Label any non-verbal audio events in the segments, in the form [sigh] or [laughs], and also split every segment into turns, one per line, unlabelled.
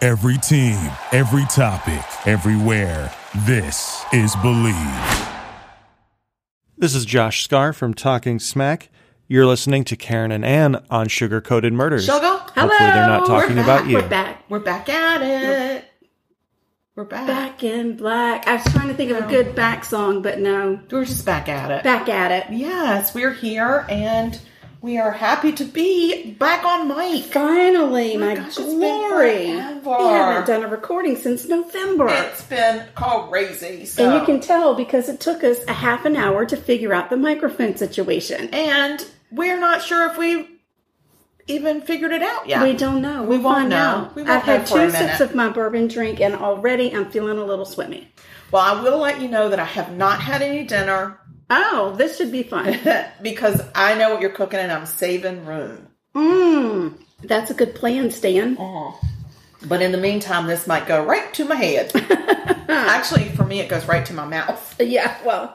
Every team, every topic, everywhere. This is Believe.
This is Josh Scar from Talking Smack. You're listening to Karen and Ann on Sugar Coated Murders.
Shogo, hello.
Hopefully they're not talking
We're back.
[laughs]
about you.
We're back. We're back at it. We're back.
Uh, Back in Black. I was trying to think of a good back song, but no.
We're just back at it.
Back at it.
Yes, we're here and we are happy to be back on mic.
Finally, my
Oh gosh, it's been
glory.
forever.
We haven't done a recording since November.
It's been crazy. So.
and you can tell because it took us a half an hour to figure out the microphone situation.
And we're not sure if we even figured it out yet.
We don't know.
We
We'll
won't
find
know.
out.
We won't
I've had
know for a
two sips
minute.
of my bourbon drink, and already I'm feeling a little swimmy.
Well, I will let you know that I have not had any dinner
Oh, this should
[laughs]
be fun.
because I know what you're cooking and I'm saving room.
Mmm. That's a good plan, Stan.
Oh. But in the meantime, this might go right to my
[laughs]
head. Actually, for me, it goes right to my mouth.
Yeah, well,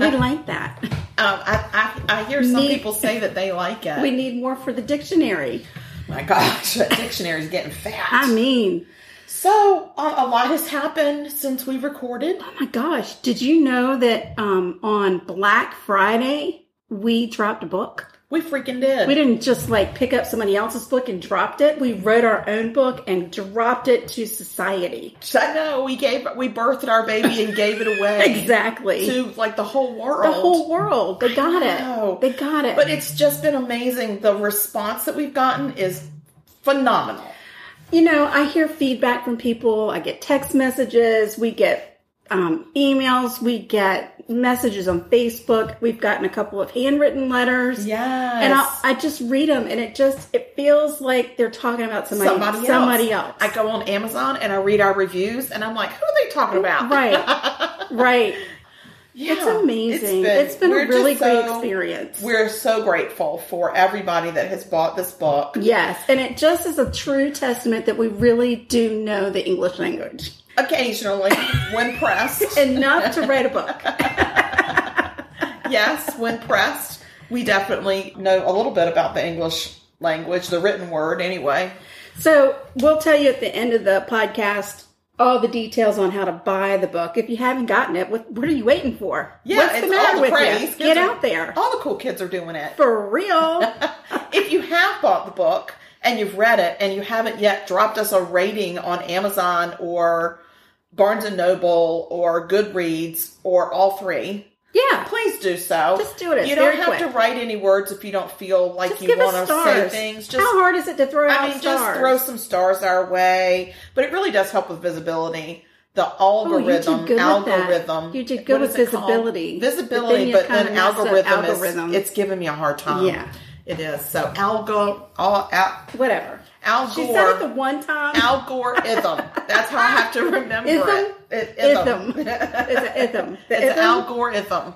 [laughs]
we like that.
Um, I, I, I hear some
Me-
people say that they like it.
We need more for the dictionary.
My gosh, that dictionary's getting fat.
I mean,
so um, a lot has happened since we recorded.
Oh my gosh, did you know that um, on Black Friday we dropped a book?
We freaking did.
We didn't just like pick up somebody else's book and dropped it. We wrote our own book and dropped it to society.
I know we gave we birthed our baby and gave it away
Exactly.
to like the whole world.
the whole world. They got
know.
it. They got it.
But it's just been amazing. The response that we've gotten is phenomenal.
you know, I hear feedback from people. I get text messages. We get um, emails. We get messages on Facebook. We've gotten a couple of handwritten letters.
Yes.
and I, I just read them, and it just it feels like they're talking about somebody, somebody else.
I go on Amazon and I read our reviews and I'm like, who are they talking about?
[laughs] right, [laughs] right.
Yeah.
It's amazing. It's been,
we're
a really
just
great
so-
experience.
We're so grateful for everybody that has bought this book.
Yes, and it just is a true testament that we really do know the English language
Occasionally, when
[laughs]
pressed,
enough to write a book.
yes, when pressed, we definitely know a little bit about the English language, the written word, anyway.
So we'll tell you at the end of the podcast all the details on how to buy the book. If you haven't gotten it, what, what are you waiting for?
Yeah,
What's the
it's
matter
all the
with
praise.
you?
Kids
Get
are-
out there
All the cool kids are doing it.
[laughs] for
[laughs]
real.
If you have bought the book and you've read it and you haven't yet dropped us a rating on Amazon or Barnes and Noble or Goodreads or all three,
yeah,
please do so.
Just do it. It's
You don't
very
have
quick.
to write any words if you don't feel like
Just
you
give
want
us
to
stars.
say things. Just
How hard is it to throw
I
out
mean,
stars?
just throw some stars our way. But it really does help with visibility. The
Oh, you did
algorithm,
good with that.
algorithm.
You did good
What
with
is it called?
visibility. But then
Visibility,
you
but then,
kinda messed up
algorithm,
algorithm.
is it's giving me a hard time.
Yeah.
it is. So algo, all al,
Whatever.
al
She
Gore-
said it the one time.
[laughs] algorithm. That's how I have to remember
Ism?
it. it
Ithem.
It's
it's an ithem.
[laughs]
The
an
ithem,
algorithm.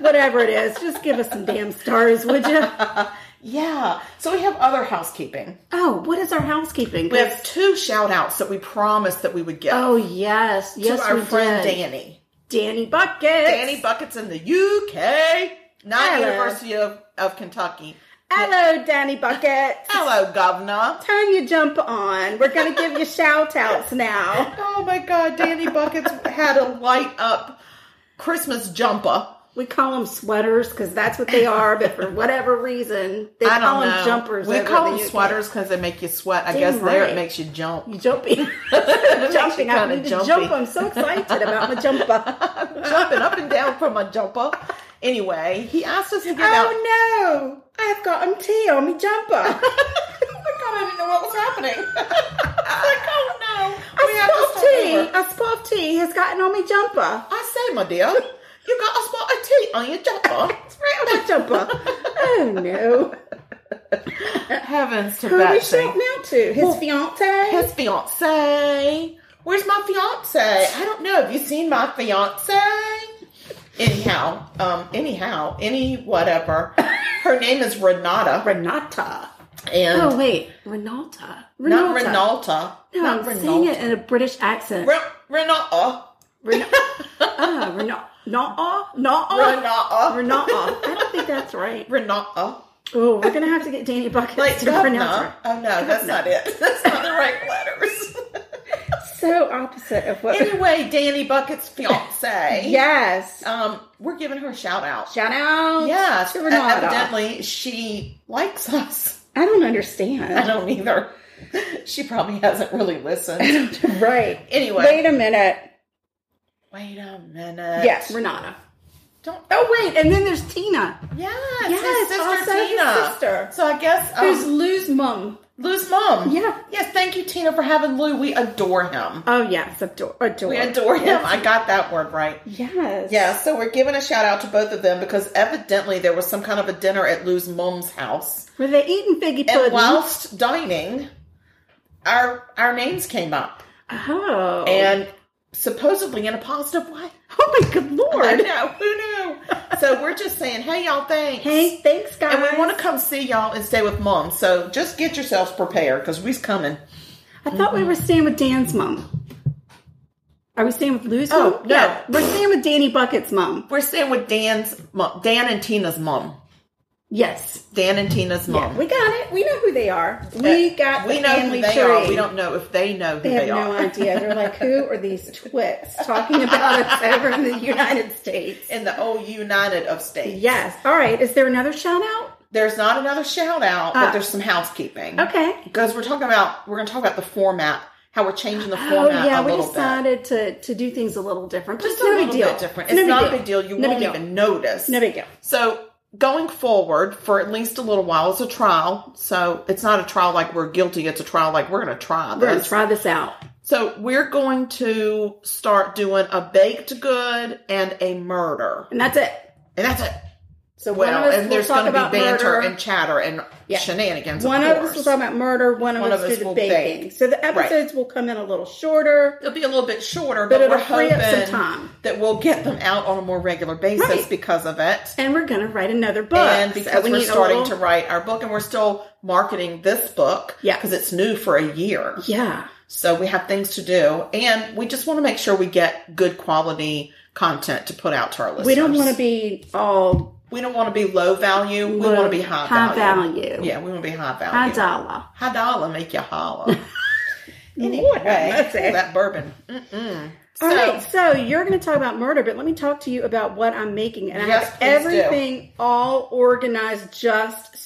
whatever it is, just give us some damn stars, would you?
[laughs] Yeah. So we have other housekeeping.
Oh, what is our housekeeping?
We have two shout outs that we promised that we would give
Oh yes,
to
yes,
our
we
friend
did.
Danny.
Danny Bucket.
Danny Buckets in the UK, not
Hello.
University of, of Kentucky.
Hello, Danny Bucket.
Hello, Governor.
Turn your jump on. We're gonna
[laughs]
give you shout outs now.
Oh my God, Danny Buckets
[laughs]
had a light up Christmas jumper.
We call them sweaters because that's what they are, but for whatever reason, they
I
call
don't
them
know.
jumpers.
We
over
call
in
them
the UK.
sweaters because they make you sweat. I
Damn
guess there it
right.
makes you jump.
[laughs] You [laughs] jumping.
[laughs] Makes you
jumping. I
kinda
need to
jumpy.
jump. I'm so excited about my jumper.
[laughs] Jumping up and down from my jumper. Anyway, he asked us to give out.
oh no! I've got um tea on my jumper.
Oh my God, [laughs] I didn't know what was happening. [laughs] like, oh no. We have to
A
start
tea.
over.
A spot of tea has gotten on my jumper.
I say, my dear, you got a spot of tea on your jumper.
[laughs] It's right on
[laughs]
my jumper. oh no!
Heavens to
Who are we
Betsy.
shouting out to? His fiance.
His fiance. Where's my fiance? I don't know. Have you seen my fiance? Anyhow, um, anyhow, any whatever. Her name is Renata,
Renata.
and
Oh wait, Renata. Renata.
not Renalta.
No,
not
I'm saying it in a British accent.
Re- Renata. [laughs]
Renata. Ah, Renata. Renata. Renata.
Renata.
I don't think that's right.
Renata.
Oh, we're gonna have to get Danny Buckets
Like
to
governor.
pronounce her.
[laughs] Oh no, that's not it. That's not the right letters. [laughs]
so opposite of what.
Anyway, Danny Bucket's fiance.
[laughs] yes.
Um, we're giving her a shout out.
Shout out.
Yeah,
to Renata.
evidently she likes us.
I don't
[laughs]
understand.
I don't either. She probably hasn't really listened. [laughs]
right.
Anyway.
Wait a minute.
Wait a minute.
Yes, Renata.
Don't.
Oh wait, and then there's Tina,
Yes.
Yes,
his sister
also his
Tina.
sister.
So I guess
who's
um,
Lou's mum.
Lou's mom.
Yeah.
Yes. Thank you, Tina, for having Lou. We adore him.
Oh yes, adore, adore.
We adore him. I got that word right.
Yes.
Yeah, so we're giving a shout out to both of them because evidently there was some kind of a dinner at Lou's mom's house.
Were they eating figgy pudding?
And whilst dining, our our names came up.
oh.
And supposedly in a positive way.
oh my good
I
lord.
know, who knew? so we're just saying, hey y'all, thanks.
Hey, thanks guys.
And we want to come see y'all and stay with mom. So just get yourselves prepared because we's coming.
I thought we were staying with Dan's mum. Are we staying with Lou's
Oh,
mum?
no.
We're staying with Danny Bucket's mum.
We're staying with Dan's mom, Dan and Tina's mom.
Yes.
Dan and Tina's mom. Uh,
We got it. We know who they are. We got
we
the
know
family
who they
tree.
are. We don't know if they know who
They
they,
have
are.
no idea. They're like, who are these twits talking about
[laughs]
us over in the United States?
in the old United of States.
Yes. All right. Is there another shout out?
There's not another shout out, but
Ah.
there's some housekeeping.
Okay.
Because we're talking about we're going to talk about the format, how we're changing the
Oh
format
yeah,
a
we
little bit.
decided to to do things a little different. but
Just
it's
a
no
little
big deal.
bit different. It's
no
not a big deal. You
no
won't
big deal.
even notice.
No big deal.
So going forward for at least a little while, it's a trial. So it's not a trial like we're guilty. It's a trial like we're going to try
We're gonna
this.
try this out.
so we're going to start doing a baked good and a murder,
And that's it.
and that's it.
So one
Well,
of us
and
will
there's
talk
going to
about
be banter
murder.
and chatter and
Yeah.
shenanigans.
one
of,
of us
course.
will talk about murder, one of
One
us
of
do
us
the
will
baking.
bake.
So the episodes will come in a little shorter.
It'll be a little bit shorter,
But
but,
it'll
we're
free
hoping
up some time.
that we'll get them out on a more regular basis
Right.
because of it.
And we're gonna write another book.
And
So
because
we
we are
need a
starting
little-
to write our book, and we're still marketing this book,
Yeah.
because it's new for a year.
Yeah.
So we have things to do, and we just want to make sure we get good quality content to put out to our listeners.
We don't wanna be all
we don't want to be low value. We want to be high,
high
value.
value.
Yeah, we want to be high value.
High dollar.
High dollar make you
[laughs]
holler. anyway,
Lord have mercy.
ooh, that bourbon. Mm-mm. So,
All right, so you're going to talk about murder, but let me talk to you about what I'm making. And
Yes,
I
please
have
do.
everything all organized just
I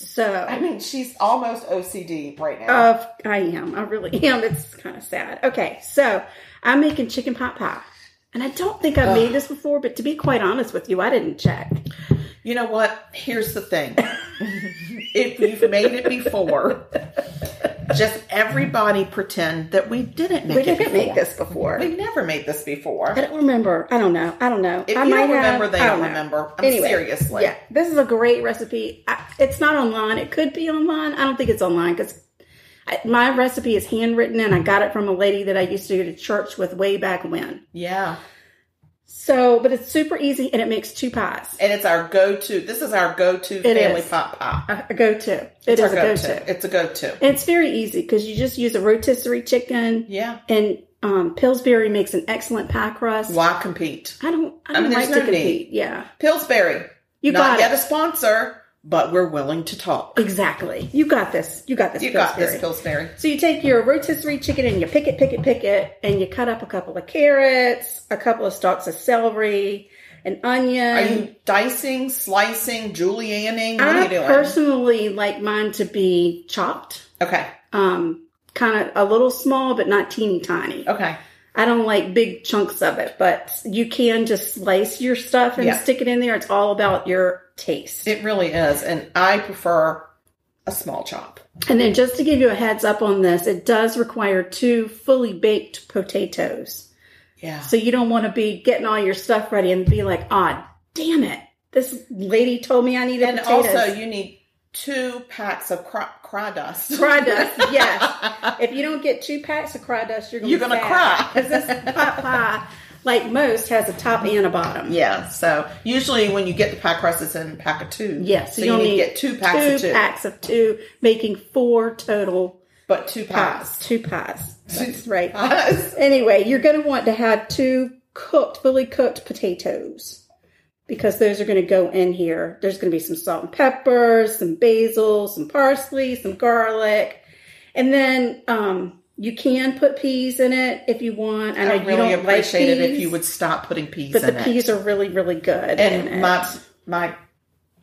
so.
mean, she's almost OCD right now.
Of I am, I really [laughs] am. It's kind of sad. Okay, so I'm making chicken pot pie, and I don't think I've made this before. But to be quite honest with you, I didn't check.
you know what? Here's the thing. if you've made it before, just everybody pretend that we didn't make
We
it
didn't
before.
make this before.
We've never made this before.
I don't remember. I don't know. I don't know.
If
I
you
might
don't remember,
have-
they
I
don't
know.
remember. I'm seriously.
Yeah, this is a great recipe. I, it's not online. It could be online. I don't think it's online because my recipe is handwritten and I got it from a lady that I used to go to church with way back when.
Yeah.
So, but it's super easy and it makes two pies.
And it's our go to. This is our go to family
is.
pot pie.
A go to. It
It's
is a
our
go
go-to.
to.
It's a go to.
It's very easy because you just use a rotisserie chicken
Yeah.
and um, Pillsbury makes an excellent pie crust.
Why compete?
I don't. I
I
don't
mean, there's
like to
no need.
compete. Yeah,
Pillsbury.
you
Not
got
yet
it.
a sponsor, but we're willing to talk.
Exactly. You got this. You got this.
You got
Pillsbury.
this, Pillsbury.
So you take your rotisserie chicken and you pick it, pick it, pick it, and you cut up a couple of carrots, a couple of stalks of celery, an onion.
Are you dicing, slicing, julianning? What are
I
you doing?
personally like mine to be chopped,
okay,
um, kind of a little small, but not teeny tiny.
okay.
I don't like big chunks of it, but you can just slice your stuff and
Yeah.
stick it in there. It's all about your taste.
It really is, and I prefer a small chop.
And then just to give you a heads up on this, it does require two fully baked potatoes.
Yeah,
So you don't want to be getting all your stuff ready and be like, ah, damn it. This lady told me I needed
and
potatoes.
also you need two packs of cry, cry dust.
cry dust, yes. If you don't get two packs of cry dust, you're
[laughs]
gonna
You're
be
gonna
sad.
cry.
'Cause this pot pie, like most, has a top and a bottom.
yeah. So usually when you get the pie crust, it's in a pack of two.
Yes,
So you need to get two packs
two
of two,
packs of two, making four total
but two
pies.
pies.
Two pies. That's right.
Pies.
Anyway, you're going to want to have two cooked, fully cooked potatoes because those are going to go in here. There's going to be some salt and pepper, some basil, some parsley, some garlic. And then um, You can put peas in it if you want. I know
[laughs] I
you
really
don't
appreciate
like
it
peas,
if you would stop putting peas
But the
in it.
peas are really, really good. in
and
it.
my my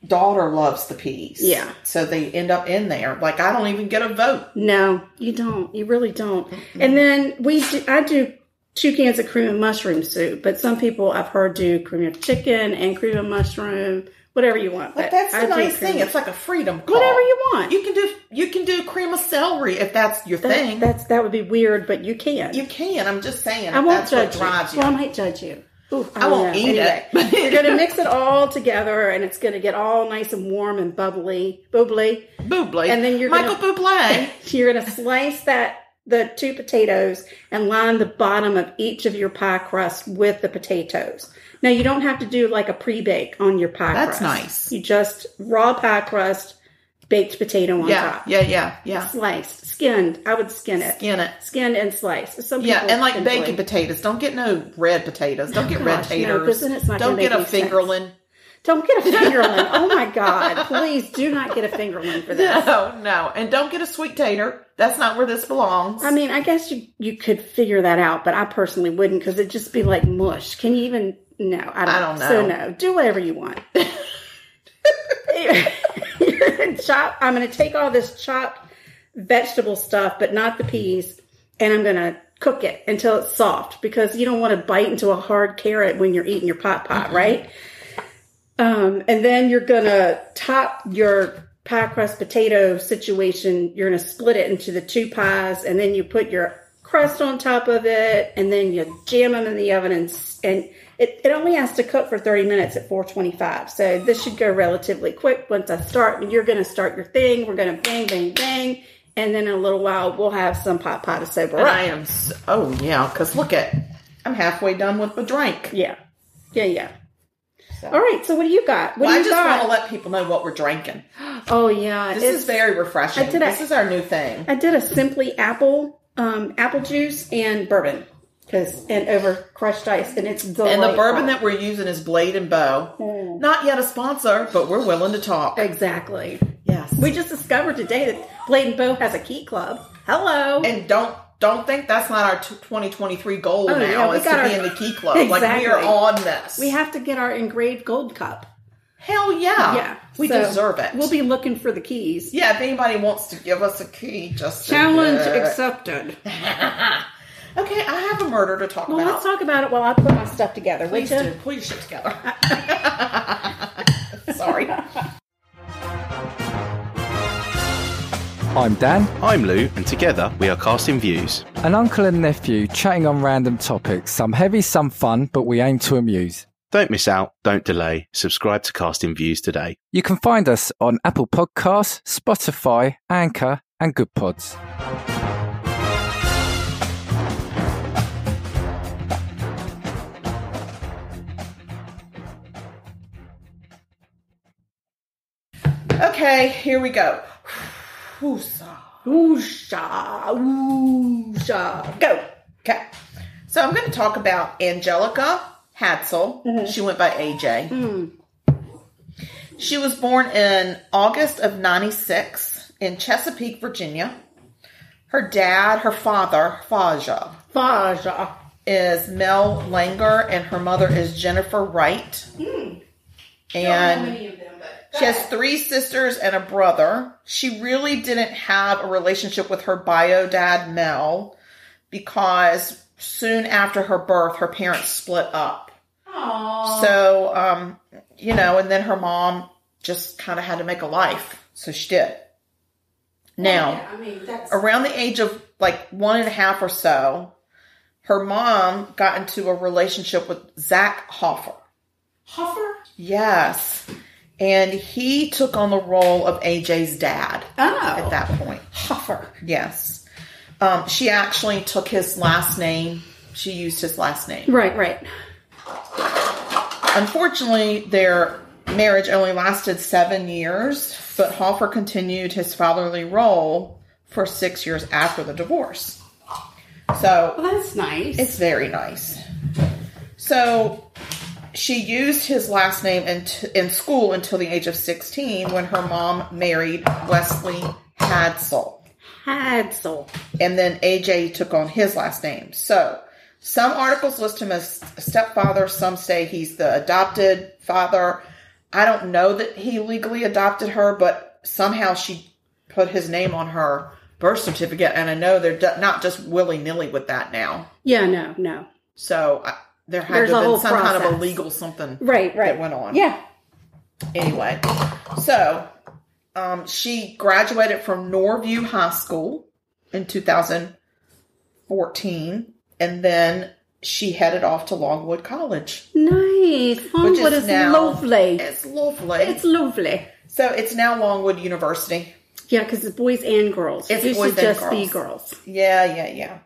daughter loves the peas.
Yeah.
So they end up in there. Like I don't even get a vote.
No, you don't. You really don't. And then we, do, I do two cans of cream and mushroom soup, but some people I've heard do cream of chicken and cream of mushroom, whatever you want.
But
But
that's
I
a
do
nice
cream
thing.
of-
It's like a freedom call.
whatever you want.
You can do you can do cream of celery if that's your
That-
thing.
That's that would be weird, but you can.
you can. I'm just saying. if
I won't
that's what
judge you.
drives you.
Well, I might judge you. Ooh,
I won't eat it.
But [laughs] you're gonna mix it all together, and it's gonna get all nice and warm and bubbly, bubbly.
Buble.
And then you're
Michael
gonna- [laughs]
Buble.
You're going to slice that the two potatoes and line the bottom of each of your pie crust with the potatoes. Now you don't have to do like a pre-bake on your pie
That's
crust.
nice.
You just raw pie crust, baked potato on
yeah,
top.
yeah, yeah, yeah.
Sliced, skinned. I would skin it.
Skin it.
Skinned and sliced. Some
Yeah,
people
and like
enjoy- Oh,
baking potatoes. Don't get no red potatoes. Don't get red
gosh, no,
taters.
'cause then it's not
Don't
gonna
get a
make any sense. [laughs]
fingerling.
Don't get a fingerling. oh my god! Please do not get a fingerling
[laughs]
for this.
No, no. And don't get a sweet tater. That's not where this belongs.
I mean, I guess you you could figure that out, but I personally wouldn't because it'd just be like mush. Can you even? No, I don't,
I don't
So
know.
no, do whatever you [laughs] want. You're gonna chop. I'm gonna take all this chopped vegetable stuff, but not the peas, and I'm gonna cook it until it's soft because you don't want to bite into a hard carrot when you're eating your pot pot, right? Um, and then you're gonna top your pie crust potato situation. You're gonna split it into the two pies, and then you put your crust on top of it, and then you jam them in the oven, and s- and it, it only has to cook for 30 minutes at 425. So this should go relatively quick once I start. And you're gonna start your thing. We're gonna bang, bang, bang, and then in a little while we'll have some pot pie to sober
And
up.
I am. s oh yeah, because look at. I'm halfway done with my drink.
Yeah, yeah, yeah.
So-
All right. So what do you got? What
Well,
do
I
you
just want to
got?
let people know what we're drinking.
oh yeah,
This
it's-
is very refreshing.
I did
this
a-
is our new thing.
I did a simply apple, um, apple juice and bourbon, because and over crushed ice, and it's delightful.
and the bourbon that we're using is Blade and Bow.
Hmm.
Not yet a sponsor, but we're willing to talk.
exactly
Yes.
we just discovered today that Blade and Bow has a key club. Hello,
and don't don't think that's not our t- 2023 goal
Oh,
now
yeah, we
is to
got
be in
our-
the key club. Like we
Exactly.
are on this.
we have to get our engraved gold cup.
Hell yeah.
yeah,
Uh, We
so
deserve it.
We'll be looking for the keys.
yeah, if anybody wants to give us a key, just to
Challenge
do it.
accepted.
Okay, I have a murder to talk
Well,
about.
let's talk about it while I put my stuff together.
Please
Please
do. Pull your shit
[laughs]
together. [laughs] Sorry.
I'm Dan,
I'm Lou, and together we are Casting Views.
an uncle and nephew chatting on random topics, some heavy, some fun, but we aim to amuse.
Don't miss out, don't delay. Subscribe to Casting Views today.
You can find us on Apple Podcasts, Spotify, Anchor, and Good Pods.
Okay, here we go. [sighs] Woosah.
Ooh, sha, ooh, sha. Go.
Okay. So I'm going to talk about Angelica Hatzel. She went by AJ. She was born in August of 96 in Chesapeake, Virginia. Her dad, her father, Faja,
Faja.
is Mel Langer, and her mother is Jennifer Wright.
Hmm.
And she has three sisters and a brother. She really didn't have a relationship with her bio dad, Mel, because soon after her birth, her parents split up. So, um, you know, and then her mom just kind of had to make a life. So she did. Now,
I mean, that's
around the age of like one and a half or so, her mom got into a relationship with Zach Hoffer.
Hoffer.
Yes. And he took on the role of AJ's dad at
Oh,
that point.
Hoffer.
Yes. Um, she actually took his last name. She used his last name.
Right, right.
Unfortunately, their marriage only lasted seven years, but Hoffer continued his fatherly role for six years after the divorce. So
Well, that's nice.
It's very nice. So she used his last name in, in school until the age of 16 when her mom married Wesley Hadsell.
Hadsel.
and then AJ took on his last name. So some articles list him as stepfather, some say he's the adopted father. I don't know that he legally adopted her, but somehow she put his name on her birth certificate, and I know they're d- not just willy nilly with that now.
Yeah, no, no.
So I, there had
There's
to
a
have
whole
been some kind of
process.
a legal something
Right, right.
that went on
Yeah.
anyway so um, she graduated from norview high school in 2014 and then she headed off to longwood college
Nice. Longwood is,
now-
lovely. It's,
it's lovely
lovely.
so it's now longwood university
Yeah, because it's boys and girls.
It's
It used
boys
to
and
just be
girls.
girls.
yeah yeah yeah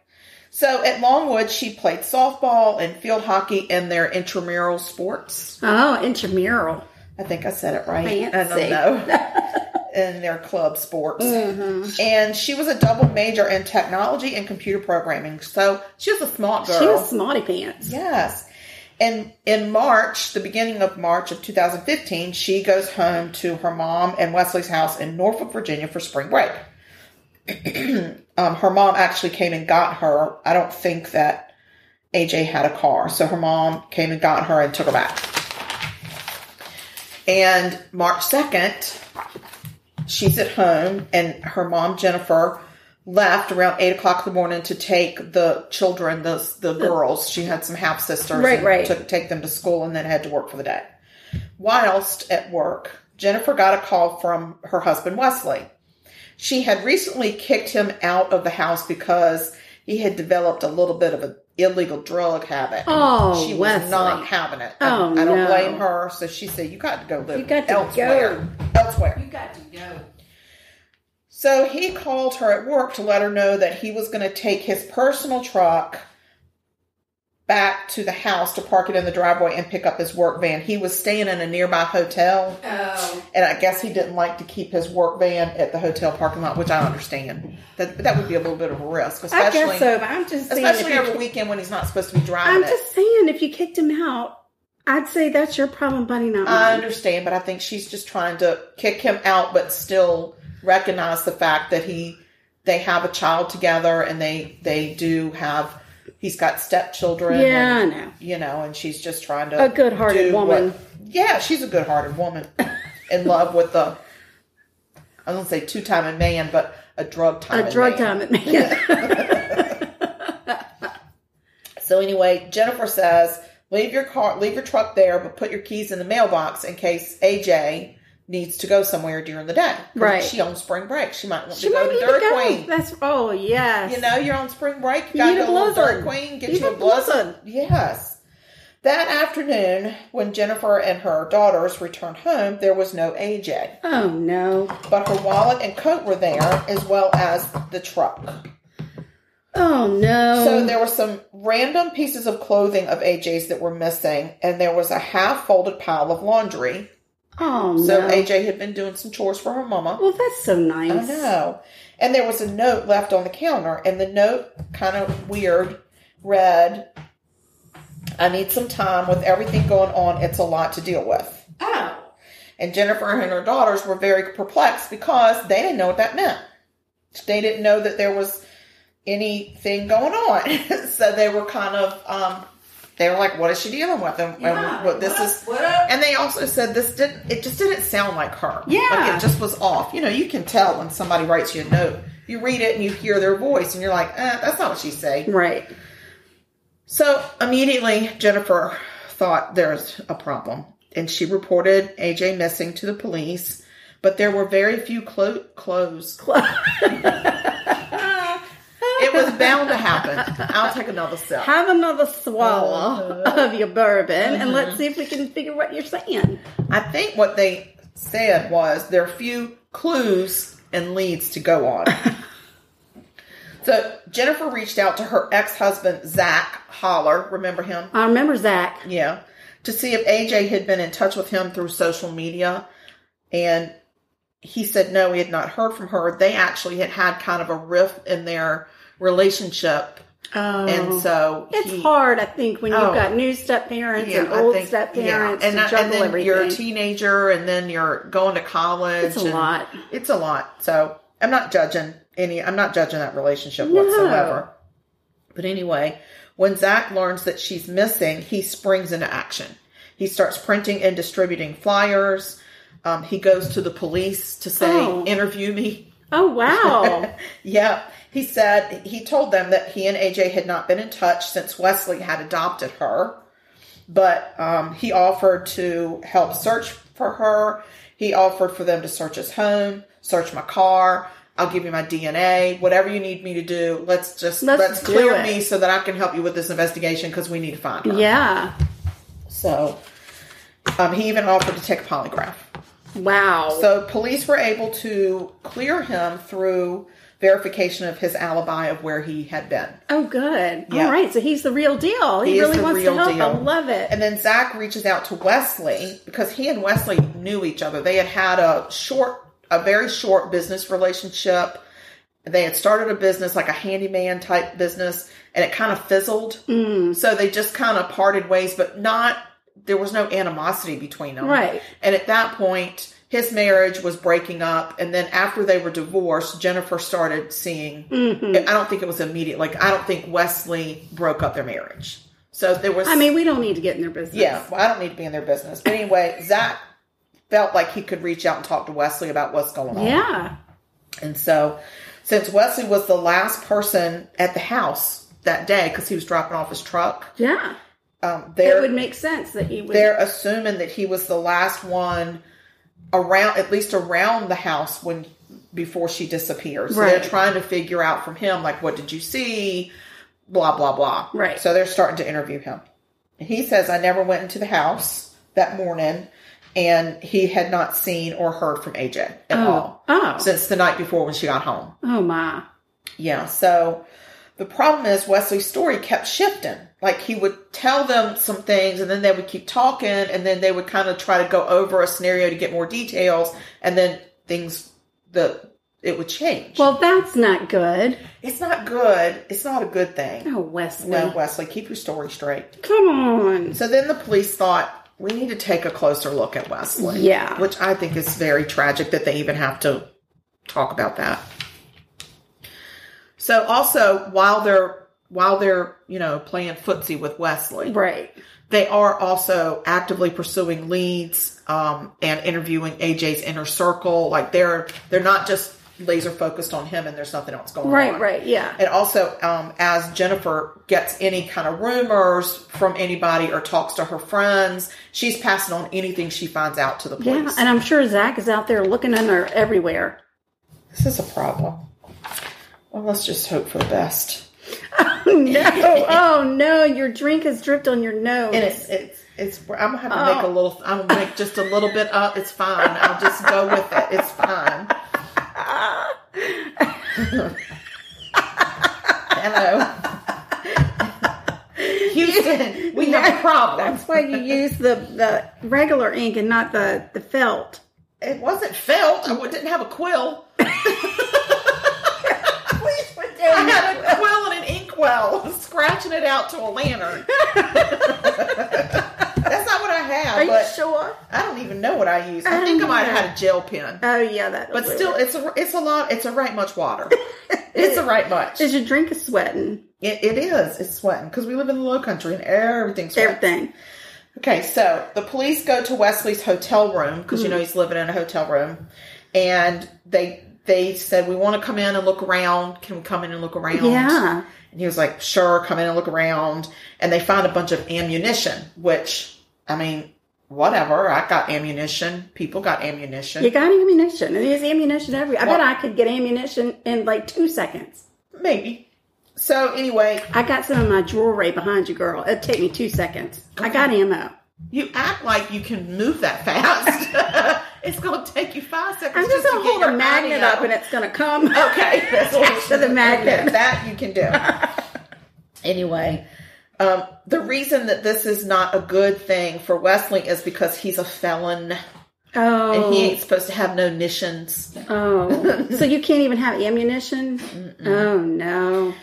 so at longwood she played softball and field hockey and their intramural sports
Oh, intramural.
I think I said it right. I
Fancy.
don't know. [laughs] in their club sports.
Mm-hmm.
And she was a double major in technology and computer programming. So she was a smart girl.
She was smarty pants.
yes. And in March, the beginning of March of 2015, she goes home to her mom and Wesley's house in Norfolk, Virginia for spring break. um, her mom actually came and got her. I don't think that AJ had a car. So her mom came and got her and took her back. And March 2nd, she's at home, and her mom, Jennifer, left around 8 o'clock in the morning to take the children, the, the girls. She had some half sisters.
Right,
and
right.
Took, take them to school and then had to work for the day. Whilst at work, Jennifer got a call from her husband, Wesley. She had recently kicked him out of the house because he had developed a little bit of an illegal drug habit.
Oh,
she was
Wesley.
not having it.
Oh,
I don't
no.
blame her her, so she said, "You got to go live
You got to
elsewhere." Elsewhere.
got to go.
So he called her at work to let her know that he was going to take his personal truck back to the house to park it in the driveway and pick up his work van. He was staying in a nearby hotel,
Oh,
and I guess he didn't like to keep his work van at the hotel parking lot, which I understand. That that would be a little bit of a risk,
I
especially
guess so, but I'm just saying.
especially
if you
over
ki-
weekend when he's not supposed to be driving.
I'm
it.
just saying, if you kicked him out, I'd say that's your problem, buddy, not
I
mine.
understand, but I think she's just trying to kick him out, but still recognize the fact that he they have a child together and they they do have he's got stepchildren.
Yeah, I
and,
know.
you know, and she's just trying to
A good-hearted
do what-
woman.
yeah, she's a good-hearted
[laughs]
woman in love with the I don't say two-timing man, but a drug time
A drug time at me.
[laughs] So anyway, Jennifer says, leave your car, leave your truck there, but put your keys in the mailbox in case AJ needs to go somewhere during the day. 'Cause
Right.
She on spring break. She might want
She
to
might
go
need
to
to
Dairy
go.
Queen.
That's oh yes.
You know, you're on spring break. You
You
gotta
need a
go on Dairy
blizzard.
Queen, get
You
you,
need
a
a
blizzard.
blizzard.
Yes. That afternoon, when Jennifer and her daughters returned home, there was no AJ
Oh no.
but her wallet and coat were there, as well as the truck.
Oh no.
So there were some random pieces of clothing of AJ's that were missing, and there was a half folded pile of laundry.
oh
So
no.
AJ had been doing some chores for her mama.
well, that's so nice.
I know. And there was a note left on the counter, and the note, kind of weird, read, I need some time with everything going on. It's a lot to deal with.
oh,
And Jennifer and her daughters were very perplexed because they didn't know what that meant. They didn't know that there was anything going on. [laughs] so they were kind of, um, they were like, what is she dealing with? And, and
yeah.
what this
What
is.
up? What up?
And they also said this didn't, it just didn't sound like her.
Yeah.
Like it just was off. You know, you can tell when somebody writes you a note. You read it and you hear their voice and you're like, eh, that's not what she's saying.
Right.
So immediately, Jennifer thought there's a problem, and she reported AJ missing to the police. But there were very few clo- clothes. it was bound to happen. I'll take another sip.
Have another swallow
Uh-huh.
of your bourbon, and let's see if we can figure what you're saying.
I think what they said was there are few clues and leads to go on. so Jennifer reached out to her ex-husband Zach Holler. Remember him?
I remember Zach.
Yeah. To see if AJ had been in touch with him through social media. And he said no, he had not heard from her. They actually had had kind of a rift in their relationship.
Oh.
And so
it's
he-
hard, I think, when
Oh.
you've got new step parents
Yeah,
and
I
old
think-
step parents
yeah. and,
to
I-
juggle
and then
everything.
you're a teenager and then you're going to college.
it's a
and
lot.
It's a lot. So I'm not judging any. I'm not judging that relationship
No.
whatsoever. But anyway, when Zach learns that she's missing, he springs into action. He starts printing and distributing flyers. Um, he goes to the police to say,
Oh.
"Interview me." [laughs]
Oh wow.
Yep. He said he told them that he and AJ had not been in touch since Wesley had adopted her, but um, he offered to help search for her. He offered for them to search his home, search my car. I'll give you my DNA. Whatever you need me to do, let's just let's,
Let's do
clear
it.
me so that I can help you with this investigation because we need to find her.
yeah.
So um, he even offered to take a polygraph.
Wow.
So police were able to clear him through verification of his alibi of where he had been.
oh good.
Yeah.
All right. So he's the real deal. He,
He is
really
the
wants to
real
help. I
deal.
love it.
And then Zach reaches out to Wesley because he and Wesley knew each other. They had had a short, a very short business relationship. They had started a business, like a handyman type business, and it kind of fizzled.
Mm.
So they just kind of parted ways, but not, there was no animosity between them.
Right.
And at that point, his marriage was breaking up. And then after they were divorced, Jennifer started seeing,
Mm.
I don't think it was immediate. Like, I don't think Wesley broke up their marriage. So there was.
I mean, we don't need to get in their business.
Yeah, well, I don't need to be in their business. But anyway, Zach felt like he could reach out and talk to Wesley about what's going on.
Yeah.
And so, since Wesley was the last person at the house that day because he was dropping off his truck,
Yeah.
um,
It
they're
would make sense that he would.
they're assuming that he was the last one around, at least around the house when before she disappeared. So
Right.
they're trying to figure out from him like, what did you see? Blah blah blah.
Right.
So they're starting to interview him. And he says, I never went into the house that morning, and he had not seen or heard from AJ at all
oh.
since the night before when she got home.
oh my.
Yeah. So the problem is Wesley's story kept shifting. Like he would tell them some things and then they would keep talking and then they would kind of try to go over a scenario to get more details and then things the it would change.
Well, that's not good.
it's not good. It's not a good thing.
Oh, Wesley.
No, Wesley, keep your story straight.
Come on.
So then the police thought we need to take a closer look at Wesley.
Yeah.
Which I think is very tragic that they even have to talk about that. So also while they're while they're, you know, playing footsie with Wesley,
Right.
they are also actively pursuing leads um, and interviewing AJ's inner circle. Like they're they're not just laser focused on him and there's nothing else going on.
Right. Right. Yeah.
And also, um, as Jennifer gets any kind of rumors from anybody or talks to her friends, she's passing on anything she finds out to the
Yeah.
police.
And I'm sure Zach is out there looking under everywhere.
this is a problem. Well, let's just hope for the best.
[laughs] no. Oh no. Your drink has dripped on your nose.
And it's it's it's. I'm gonna have to
Oh.
make a little. I'm gonna make just a little bit up. It's fine. I'll just go with it. It's
[laughs]
fine.
[laughs]
Hello. Houston, we have a problem.
That's why you use the the regular ink and not the the felt.
It wasn't felt. I w- didn't have a quill. I had a quill and an inkwell, [laughs] scratching it out to a lantern. [laughs] That's not what I
Are
have.
you
But
sure?
I don't even know what I used. I,
I
think I
don't
might have
know.
had a gel pen.
Oh yeah, that.
But still, it's a it's a lot. It's a right much
[laughs]
water. it's a right much.
is your drink is sweating?
It, it is. It's sweating because we live in the low country and everything's sweating.
Everything.
Okay, so the police go to Wesley's hotel room because
Hmm.
you know he's living in a hotel room, and they they said we want to come in and look around. Can we come in and look around?
Yeah.
And he was like, sure, come in and look around. And they found a bunch of ammunition, which I mean, whatever. I got ammunition. People got ammunition.
You got ammunition. And there's ammunition everywhere. I bet
Well-
I could get ammunition in like two seconds.
Maybe. So anyway,
I got some in my drawer right behind you, girl. It'd take me two seconds. I got ammo.
You act like you can move that [laughs] fast. it's going to take you five seconds.
I'm just
to
gonna
get
hold a
your
magnet
audio.
up and it's gonna
[laughs]
come.
okay, that's
[laughs] Attached to the magnet.
Okay, that you can do. [laughs] anyway, um, the reason that this is not a good thing for Wesley is because he's a felon and he
Oh,
ain't supposed to have no nitions.
oh. so you can't even have ammunition? Oh no.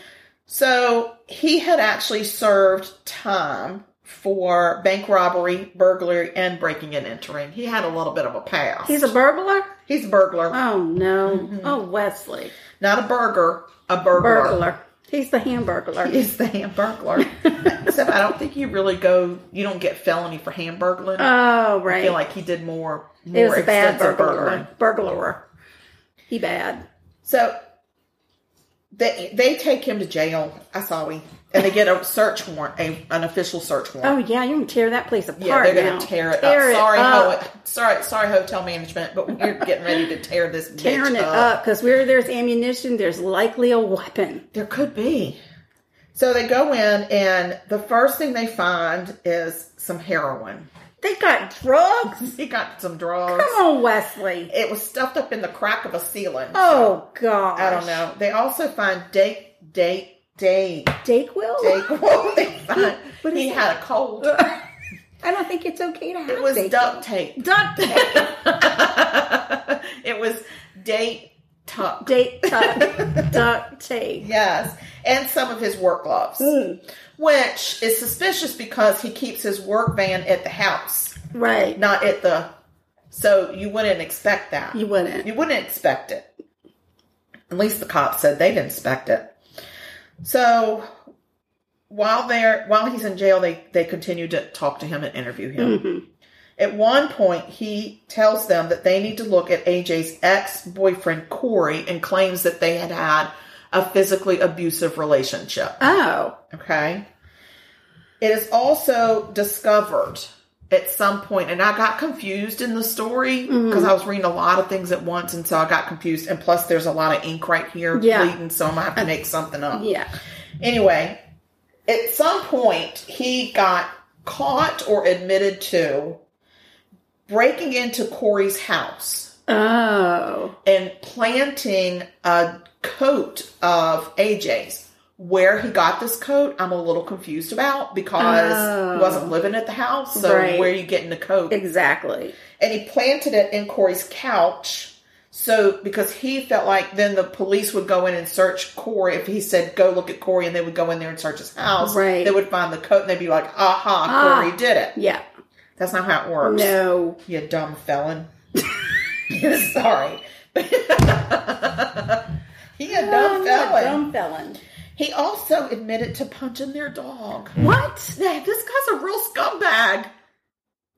So he had actually served time for bank robbery, burglary, and breaking and entering. He had a little bit of a past.
He's a burglar?
he's a burglar.
Oh no. Oh Wesley.
Not a burger, a burglar.
Burglar. He's the hamburglar.
Is the [laughs] hamburglar. Except I don't think you really go. You don't get felony for hamburgling.
Oh,
I
right.
feel like he did more. more
it was a bad
extensive
burglar.
burglary.
Burglar. He bad.
So they they take him to jail. I saw him, and they get a search warrant, a, an official search warrant.
Oh yeah, you're gonna tear that place
Yeah,
apart.
they're
Oh, now.
gonna tear it up. Sorry, ho- sorry, sorry, hotel management, but we're getting ready to tear this bitch
tearing it up because where there's ammunition, there's likely a weapon.
There could be. So they go in, and the first thing they find is some heroin.
They got drugs.
He got some drugs.
Come on, Wesley.
It was stuffed up in the crack of a ceiling.
Oh God.
I don't know. They also find date, date, date,
Dayquil. [laughs]
date. Well, they find
What is
he
that?
had a cold.
I don't think it's okay to have.
It was
Dayquil.
duct tape.
Duct tape.
it was date tuck. [laughs]
Date duct, duct tape.
Yes, and some of his work gloves,
Hmm.
which is suspicious because he keeps his work van at the house,
Right.
not at the. So you wouldn't expect that.
You wouldn't.
You wouldn't expect it. At least the cops said they didn't expect it. So while they're while he's in jail, they they continue to talk to him and interview him.
Mm-hmm.
At one point, he tells them that they need to look at AJ's ex boyfriend Corey and claims that they had had a physically abusive relationship.
Oh.
Okay. It is also discovered at some point, and I got confused in the story because
Mm-hmm.
I was reading a lot of things at once, and so I got confused. And plus, there's a lot of ink right here
Yeah. Uh,
bleeding, so I'm gonna have to make something up.
Yeah.
Anyway, at some point, he got caught or admitted to breaking into Corey's house
Oh.
and planting a coat of AJ's. Where he got this coat, I'm a little confused about because
Oh.
he wasn't living at the house. So
Right.
where are you getting the coat?
Exactly.
And he planted it in Corey's couch. So because he felt like then the police would go in and search Corey if he said go look at Corey and they would go in there and search his house.
Right.
They would find the coat and they'd be like, aha,
Ah.
Corey did it.
Yeah.
That's not how it works.
No.
You dumb felon. [laughs] Sorry. [laughs] he a dumb
I'm not
felon.
Dumb Oh, felon.
He also admitted to punching their dog.
What?
Now, this guy's a real scumbag.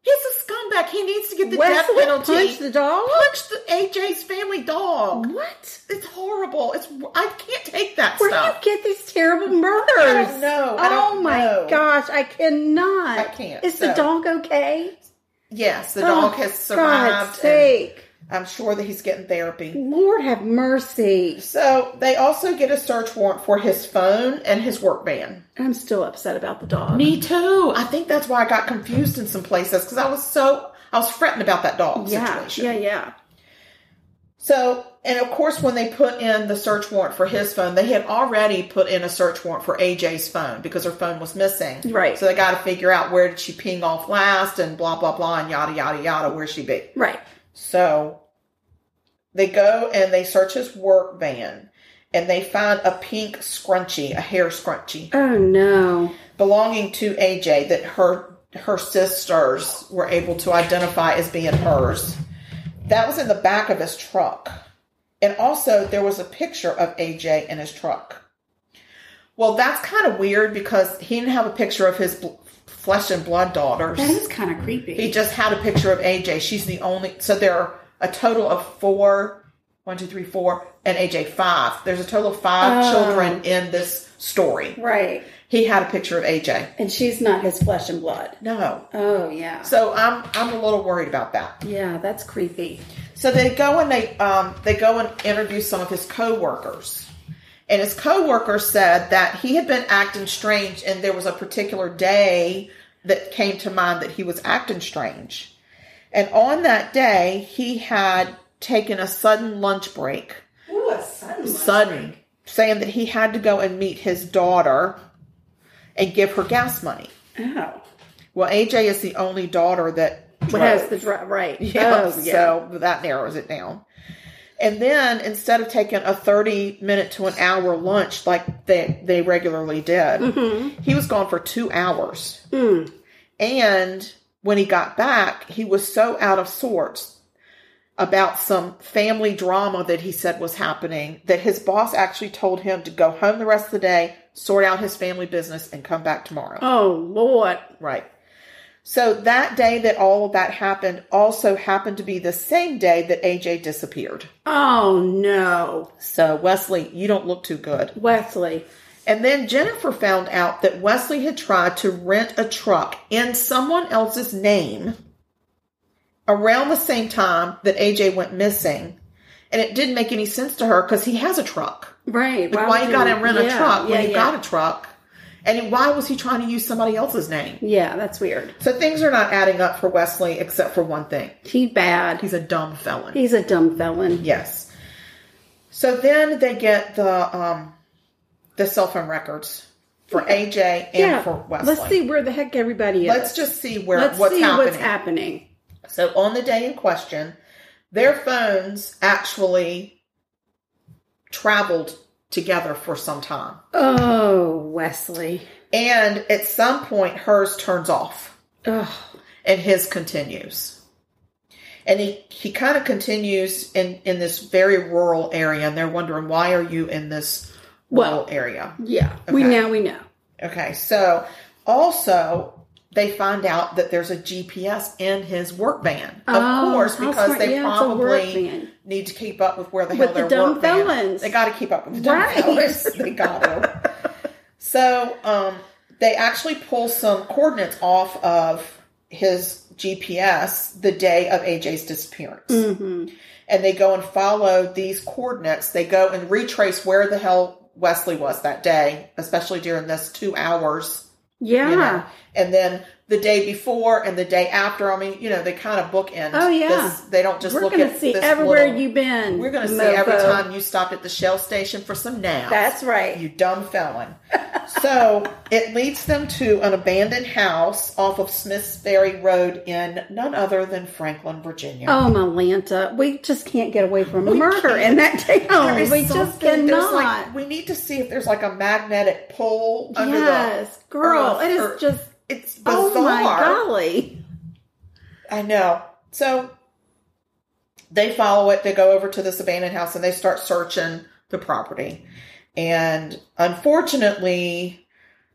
He's a scumbag. He needs to get the
Wesley
death penalty.
punched the dog?
Punched the AJ's family dog.
What?
It's horrible. It's I can't take that
Where
stuff.
do you get these terrible murders?
I don't know. I
oh
don't
my
know.
gosh, I cannot.
I can't,
Is the
so-
dog okay?
Yes, the dog
Oh,
has
God's
survived. and
sake.
I'm sure that he's getting therapy.
Lord have mercy.
So they also get a search warrant for his phone and his work van.
I'm still upset about the dog.
Me too. I think that's why I got confused in some places because I was so I was fretting about that dog
yeah,
situation.
yeah, yeah.
So, and of course, when they put in the search warrant for his phone, they had already put in a search warrant for AJ's phone because her phone was missing.
Right.
So they got to figure out where did she ping off last and blah blah blah and yada yada yada where she be.
Right.
So they go and they search his work van and they find a pink scrunchie, a hair scrunchie
Oh no.
belonging to AJ that her her sisters were able to identify as being hers. That was in the back of his truck. And also there was a picture of AJ in his truck. Well, that's kind of weird because he didn't have a picture of his bl- flesh and blood daughters.
That is kind of creepy.
He just had a picture of AJ. She's the only. So there are a total of four. One, two, three, four, and AJ five. There's a total of five
Oh.
children in this story.
[laughs] right.
He had a picture of AJ.
And she's not his flesh and blood.
No.
Oh yeah.
So I'm I'm a little worried about that.
yeah, that's creepy.
So they go and they um they go and interview some of his coworkers. And his coworker said that he had been acting strange and there was a particular day that came to mind that he was acting strange. And on that day, he had taken a sudden lunch break.
Ooh, a sudden.
Sudden, saying that he had to go and meet his daughter and give her gas money.
Oh.
Well, AJ is the only daughter that
What
drove.
has the dr-
[laughs]
right?
Yeah,
oh yeah.
so that narrows it down. And then instead of taking a 30 minute to an hour lunch like they, they regularly did, he was gone for two hours. And when he got back, he was so out of sorts about some family drama that he said was happening that his boss actually told him to go home the rest of the day, sort out his family business, and come back tomorrow.
Oh Lord.
Right. So that day that all of that happened also happened to be the same day that AJ disappeared.
Oh no.
So, Wesley, you don't look too good.
Wesley.
And then Jennifer found out that Wesley had tried to rent a truck in someone else's name around the same time that AJ went missing. And it didn't make any sense to her because he has a truck.
Right.
Like, why
would
you got to rent a
yeah,
truck when
yeah,
you
yeah.
got a truck? And why was he trying to use somebody else's name?
Yeah, that's weird.
So things are not adding up for Wesley except for one thing.
He bad.
He's a dumb felon.
He's a dumb felon.
Yes. So then they get the um the cell phone records for AJ and
Yeah.
for Wesley.
Let's see where the heck everybody is.
Let's just see where
Let's
what's
see
happening.
what's happening.
so on the day in question, their phones actually traveled together for some time.
Oh, Wesley.
And at some point hers turns off
Ugh.
and his continues. And he, he kind of continues in, in this very rural area, and they're wondering why are you in this rural
Well,
area?
Yeah. We
Okay.
now we know.
Okay, so also they find out that there's a GPS in his work van. Of
Oh,
course,
how
because
smart.
they
Yeah, it's a work
probably
van.
need to keep up with where the hell
With the
their
dumb
work van-
felons.
They got to keep up with the dumb
Right.
felons. [laughs] They got to. so um, they actually pull some coordinates off of his GPS the day of AJ's disappearance
Mm-hmm.
and they go and follow these coordinates. They go and retrace where the hell Wesley was that day, especially during this two hours,
Yeah.
you know, and then the day before and the day after. I mean, you know, they kind of bookend.
Oh, yeah.
this, they don't just
We're
look
gonna
at
see
this
everywhere
little-
you've been.
We're going to see every
mofo.
time you stopped at the Shell station for some naps.
That's right.
You dumb felon.
[laughs]
so it leads them to an abandoned house off of Smiths Ferry Road in none other than Franklin, Virginia.
Oh, Melanta, we just can't get away from murder in that
There
town.
is
We just
something- there's
cannot.
Like, we need to see if there's like a magnetic pull under
yes, girl,
earth
it
or-
is just.
the. It's bizarre.
Oh my golly!
I know. So they follow it. They go over to this abandoned house and they start searching the property. And unfortunately,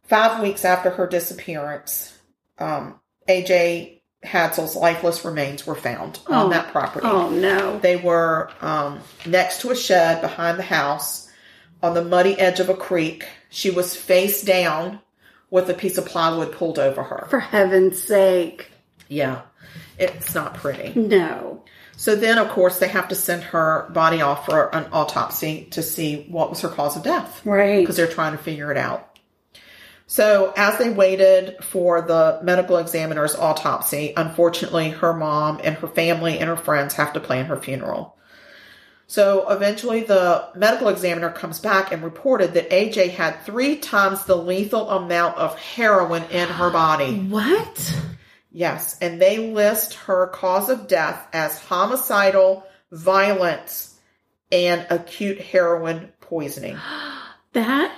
five weeks after her disappearance, um, AJ Hadsel's lifeless remains were found on
Oh.
that property.
Oh no!
They were um, next to a shed behind the house on the muddy edge of a creek. She was face down with a piece of plywood pulled over her.
For heaven's sake,
Yeah. It's not pretty.
no!
So then, of course, they have to send her body off for an autopsy to see what was her cause of death
Right?
because they're trying to figure it out. So, as they waited for the medical examiner's autopsy, unfortunately, her mom and her family and her friends have to plan her funeral. So, eventually, the medical examiner comes back and reported that AJ had three times the lethal amount of heroin in her body.
What?
Yes, and they list her cause of death as homicidal violence and acute heroin poisoning.
That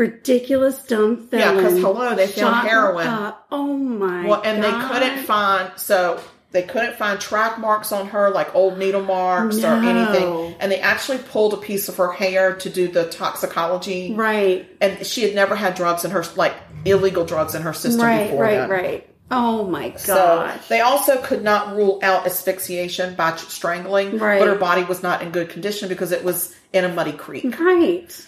ridiculous dumb
Yeah,
felon.
because hello, they
shot
found heroin.
up. Oh my!
Well, and
God.
they couldn't find so they couldn't find track marks on her, like old needle marks or anything.
No.
And they actually pulled a piece of her hair to do the toxicology,
Right,
and she had never had drugs in her like illegal drugs in her system
right,
before.
right,
then.
right. Oh my
So
gosh!
they also could not rule out asphyxiation by ch- strangling,
Right.
but her body was not in good condition because it was in a muddy creek.
right.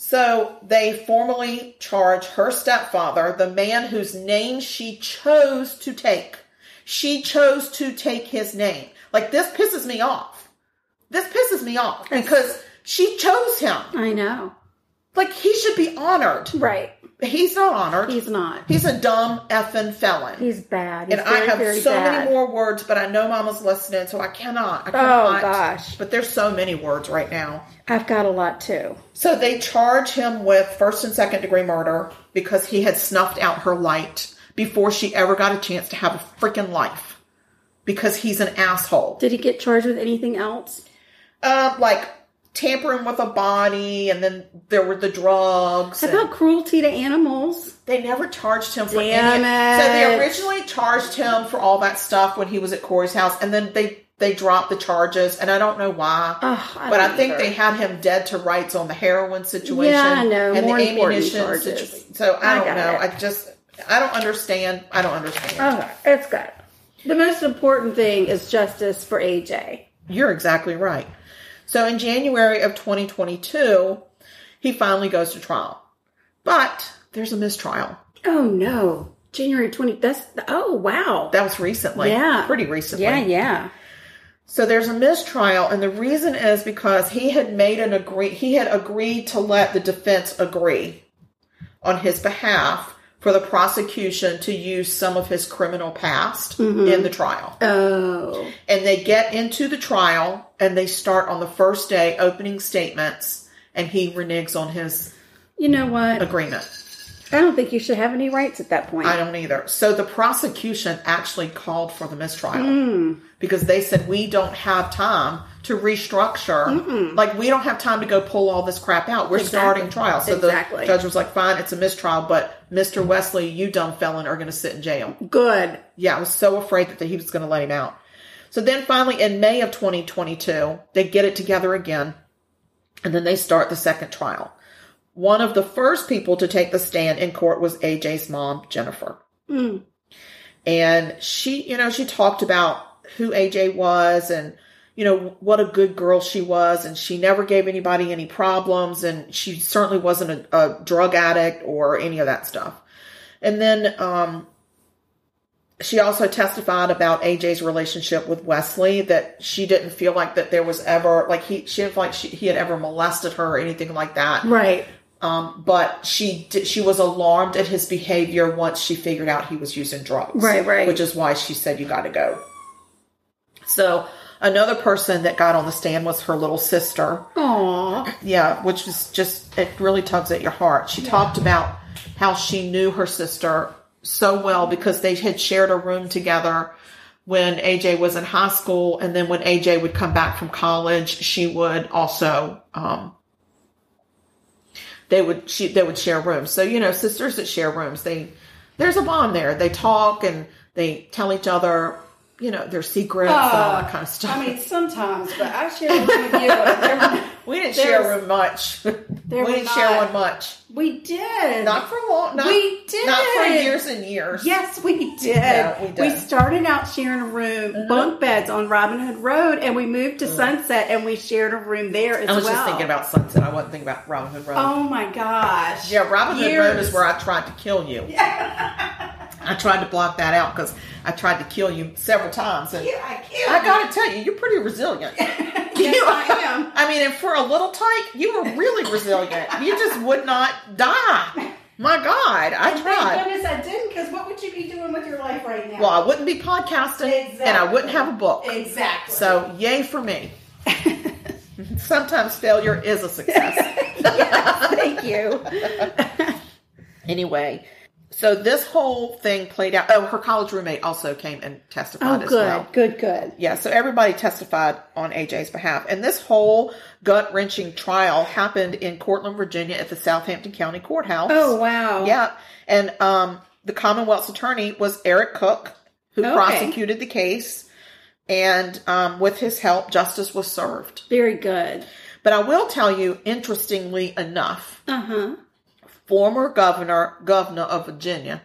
So they formally charge her stepfather, the man whose name she chose to take. She chose to take his name. Like this pisses me off. This pisses me off because she chose him.
I know.
Like he should be honored.
Right.
He's not honored.
He's not.
He's a dumb effing felon.
He's bad. He's
and I
very,
have
very
so
bad. Oh,
many more words, but I know Mama's listening, so I cannot. I cannot.
gosh.
But there's so many words right now.
I've got a lot too.
So they charge him with first and second degree murder because he had snuffed out her light before she ever got a chance to have a freaking life. Because he's an asshole.
Did he get charged with anything else?
Uh, like tampering with a body, and then there were the drugs.
How
and-
about cruelty to animals?
They never charged him for
Damn
any. So they
it.
originally charged him for all that stuff when he was at Corey's house, and then they They dropped the charges, and I don't know why.
Ugh, I
but
don't
I think
either.
they had him dead to rights on the heroin situation.
Yeah, I know.
And
More
the
important
ammunition
charges.
situation. So I,
I
don't
got
know.
it.
I just I don't understand. I don't understand.
Oh, it's good. The most important thing is justice for AJ.
You're exactly right. So in January of 2022, he finally goes to trial, but there's a mistrial.
Oh no, January twenty. That's oh wow.
That was recently.
Yeah.
Pretty recently.
yeah, yeah.
So there's a mistrial, and the reason is because he had made an agree. He had agreed to let the defense agree on his behalf for the prosecution to use some of his criminal past in the trial.
Oh,
And they get into the trial, and they start on the first day opening statements, and he reneges on his
you know what?
agreement.
I don't think you should have any rights at that point.
I don't either. So the prosecution actually called for the mistrial because they said we don't have time to restructure. Like we don't have time to go pull all this crap out. We're starting trial. So
Exactly.
the judge was like, "Fine, it's a mistrial, but Mr. Wesley, you dumb felon, are going to sit in jail."
Good.
Yeah, I was so afraid that he was going to let him out. So then finally in May of 2022, they get it together again and then they start the second trial. One of the first people to take the stand in court was AJ's mom, Jennifer.
Mm.
And she, you know, she talked about who AJ was and, you know, what a good girl she was. And she never gave anybody any problems. And she certainly wasn't a, a drug addict or any of that stuff. And then um, she also testified about AJ's relationship with Wesley that she didn't feel like that there was ever like he she didn't feel like she, he had ever molested her or anything like that.
Right.
Um, but she did, she was alarmed at his behavior once she figured out he was using drugs.
Right, right.
Which is why she said you got to go. So another person that got on the stand was her little sister,
Aw.
yeah, which is just it really tugs at your heart. She talked about how she knew her sister so well because they had shared a room together when AJ was in high school, and then when AJ would come back from college, she would also um, they would she they would share rooms. So you know, sisters that share rooms, they there's a bond there. They talk and they tell each other, you know, their secrets and all that kind of stuff.
Ah, I mean, sometimes, but I share one with you. [laughs] There-
[laughs] we didn't
there's-
share room much. We
were
didn't share
not-
one much.
we did.
Not for long. Not,
We did.
Not for years and years.
Yes, we did.
Yeah, we did. Mm-hmm.
started out sharing a room, bunk beds on Robin Hood Road, and we moved to Sunset, and we shared a room there as
Mm. I was
well.
just thinking about Sunset. I wasn't thinking about Robin Hood Road.
Oh my gosh!
yeah, Robin Hood Road
Years.
is where I tried to kill you. I tried to block that out because I tried to kill you several times. And
Yeah, I killed
I gotta tell you, you're pretty
[laughs]
resilient.
[laughs] Yes,
[laughs]
I am.
I mean, and for a little tyke, you were really resilient. You just would not die. My God, I
Thank
tried.
goodness I didn't, because what would you be doing with your life right now?
Well, I wouldn't be podcasting, and I
Exactly.
wouldn't have a book.
exactly.
So, yay for
[laughs]
me. Sometimes failure is a
[laughs]
success. [laughs]
thank you.
anyway, so this whole thing played out. Oh, her college roommate also came and
Oh,
testified as
good,
well.
good, good.
Yeah, so everybody testified on AJ's behalf. And this whole gut wrenching trial happened in Cortland, Virginia at the Southampton County Courthouse.
Oh wow.
Yeah. And um, the Commonwealth's attorney was Eric Cook, who
Okay.
prosecuted the case. And um, with his help, justice was served.
Very good.
But I will tell you, interestingly enough,
Uh huh.
former governor, governor of Virginia,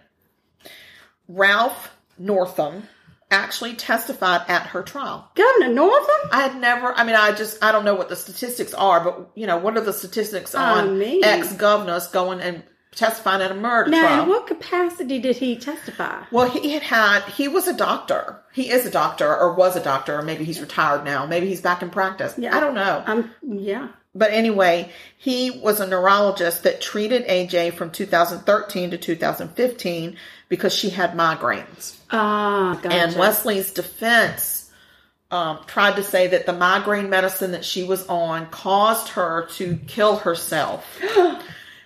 Ralph Northam, actually testified at her trial.
Governor Northam.
I had never, I mean, I just, I don't know what the statistics are, but you know, what are the
Oh,
statistics on
man.
ex governors going and testifying at a murder
Now,
trial?
in what capacity did he testify?
Well, he had had, he was a doctor. He is a doctor, or was a doctor, or maybe he's retired now. Maybe he's back in practice.
Yeah.
I don't know.
Um, yeah.
But anyway, he was a neurologist that treated AJ from 2013 to 2015 because she had migraines.
Ah, gotcha.
And Wesley's defense um, tried to say that the migraine medicine that she was on caused her to kill
[gasps]
herself.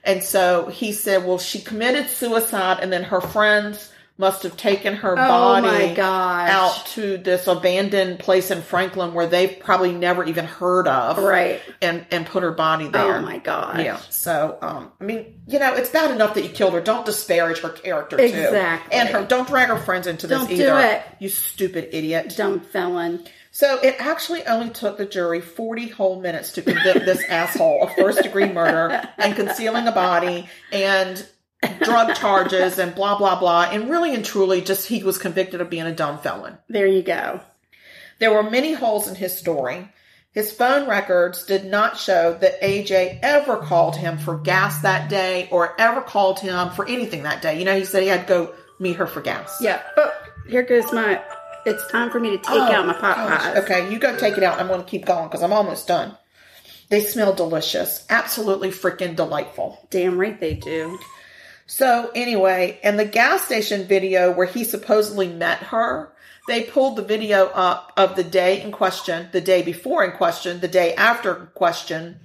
and so he said, well, she committed suicide, and then her friends must have taken her
Oh
body
my gosh.
out to this abandoned place in Franklin where they've probably never even heard of
Right.
and and put her body there.
Oh my gosh.
Yeah. So, um, I mean, you know, it's bad enough that you killed her. Don't disparage her character too.
Exactly.
And her don't drag her friends into
Don't do
this either.
it.
You stupid idiot.
Dumb felon.
So it actually only took the jury 40 whole minutes to convict this [laughs] asshole of first degree murder and concealing a body and drug charges and blah, blah, blah. And really and truly, just he was convicted of being a dumb felon.
There you go.
There were many holes in his story. His phone records did not show that AJ ever called him for gas that day or ever called him for anything that day. You know, he said he had to go meet her for gas.
Yeah. Oh, here goes my. It's time for me to take out my pot
Oh, Gosh,
pies.
Okay, you go take it out. I'm going to keep going because I'm almost done. They smell delicious. Absolutely freaking delightful.
Damn right they do.
So, anyway, and the gas station video where he supposedly met her, they pulled the video up of the day in question, the day before in question, the day after question,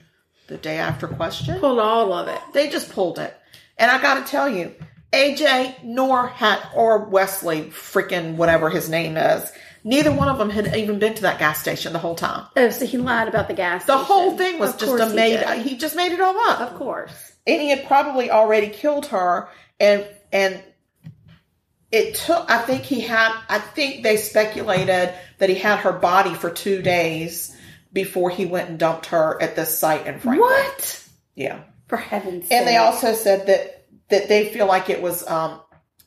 the day after question.
Pull all of it.
They just pulled it. And I got to tell you, AJ nor had or Wesley, freaking whatever his name is, neither one of them had even been to that gas station the whole time.
Oh, so he lied about the gas.
The
station.
whole thing was
Of
just
course
a
he
made.
did.
He, just made it all
Of
up,
course.
and he had probably already killed her. And and it took. I think he had. I think they speculated that he had her body for two days before he went and dumped her at this site in Franklin.
What?
Yeah.
For heaven's sake.
And they also said that that they feel like it was um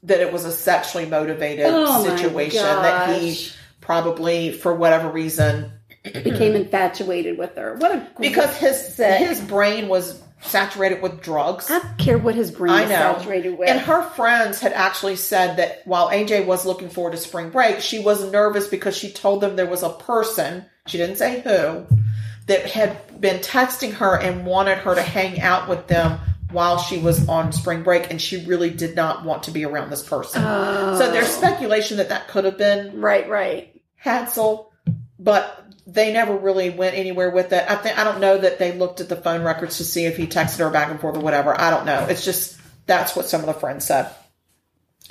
that it was a sexually motivated
Oh my
situation that he
gosh.
probably for whatever reason
became infatuated with her. What a
because his
sick.
his brain was saturated with drugs.
I don't care what his brain
I
is
know.
saturated with.
And her friends had actually said that while AJ was looking forward to spring break, she was nervous because she told them there was a person, she didn't say who, that had been texting her and wanted her to hang out with them while she was on spring break and she really did not want to be around this person. So there's
Oh.
speculation that that could have been
right, right.
Hansel, but they never really went anywhere with it. I think I don't know that they looked at the phone records to see if he texted her back and forth or whatever. I don't know. It's just that's what some of the friends said.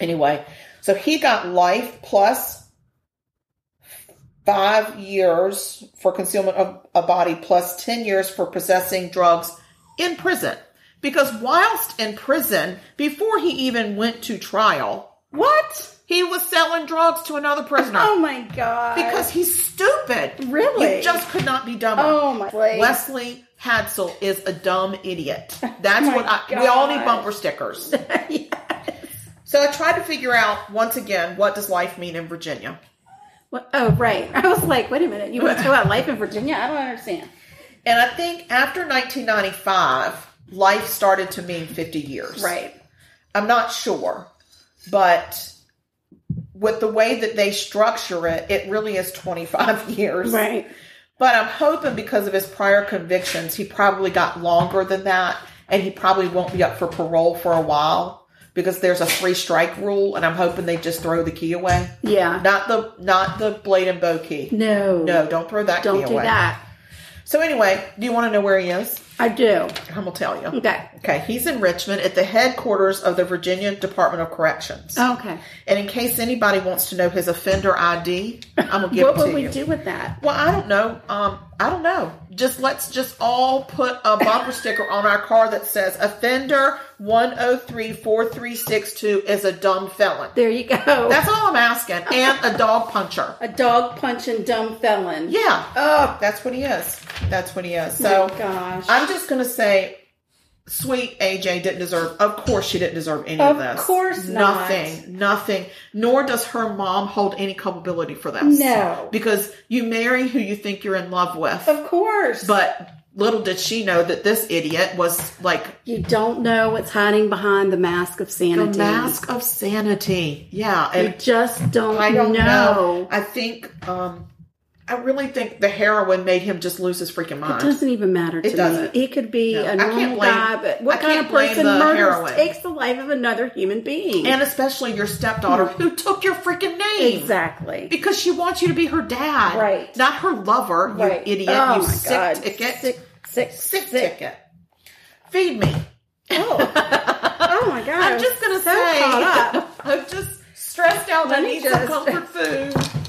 Anyway, so he got life plus five years for concealment of a body plus ten years for possessing drugs in prison. Because whilst in prison, before he even went to trial,
What?
he was selling drugs to another prisoner.
[laughs] Oh my god.
Because he's stupid.
Really?
You just could not be dumber.
oh my god.
Wesley Hadsel is a dumb idiot. That's
Oh my
what I, we all need
God.
bumper stickers.
[laughs]
So I tried to figure out once again what does life mean in Virginia.
What- Oh right. I was like, wait a minute. You want to about life in Virginia? I don't understand.
And I think after 1995, life started to mean 50 years.
Right.
I'm not sure, but with the way that they structure it, it really is 25 [laughs] years.
Right.
But I'm hoping because of his prior convictions, he probably got longer than that, and he probably won't be up for parole for a while because there's a three strike rule, and I'm hoping they just throw the key away.
Yeah.
Not the not the blade and bow key.
No.
No, don't throw that
Don't
key
do
away.
that.
So anyway, do you want to know where he is?
I do.
I'm gonna tell you.
Okay.
Okay, he's in Richmond at the headquarters of the Virginia Department of Corrections.
Okay.
And in case anybody wants to know his offender ID, I'm gonna give
What
it to
would we
you.
do with that?
Well, I don't know. Um, I don't know. Just let's just all put a
[coughs]
bumper sticker on our car that says "Offender one zero three four three six two is a dumb felon."
There you go.
That's all I'm asking, and a dog puncher.
a dog punching dumb felon.
Yeah,
Oh
that's what he is. That's what he is.
so,
So
my gosh.
I'm just gonna say, sweet AJ didn't deserve. Of course, she didn't deserve any
Of
of this.
course not.
nothing, nothing. Nor does her mom hold any culpability for this.
No.
because you marry who you think you're in love with.
of course.
But little did she know that this idiot was like
you don't know what's hiding behind the mask of
the
sanity.
mask of sanity. Yeah,
You
and
just don't,
I don't know.
know.
I think um I really think the heroin made him just lose his freaking
It
mind.
doesn't even matter to
It doesn't.
me. He could be
No. I
a
can't
normal
blame-
guy, but what
I
kind
can't
of
blame
person
the
murders
heroin.
takes the life of another human being?
and especially your stepdaughter who took your freaking name. [laughs]
exactly.
Because she wants you to be her dad.
Right.
Not her lover,
Right.
you idiot,
Oh
you
my
sick
God.
ticket.
Sick, sick, sick.
sick ticket. Feed me.
Oh my god!
I'm just gonna say
caught
I'm just stressed out.
Let
I
me
need
just-
some comfort food.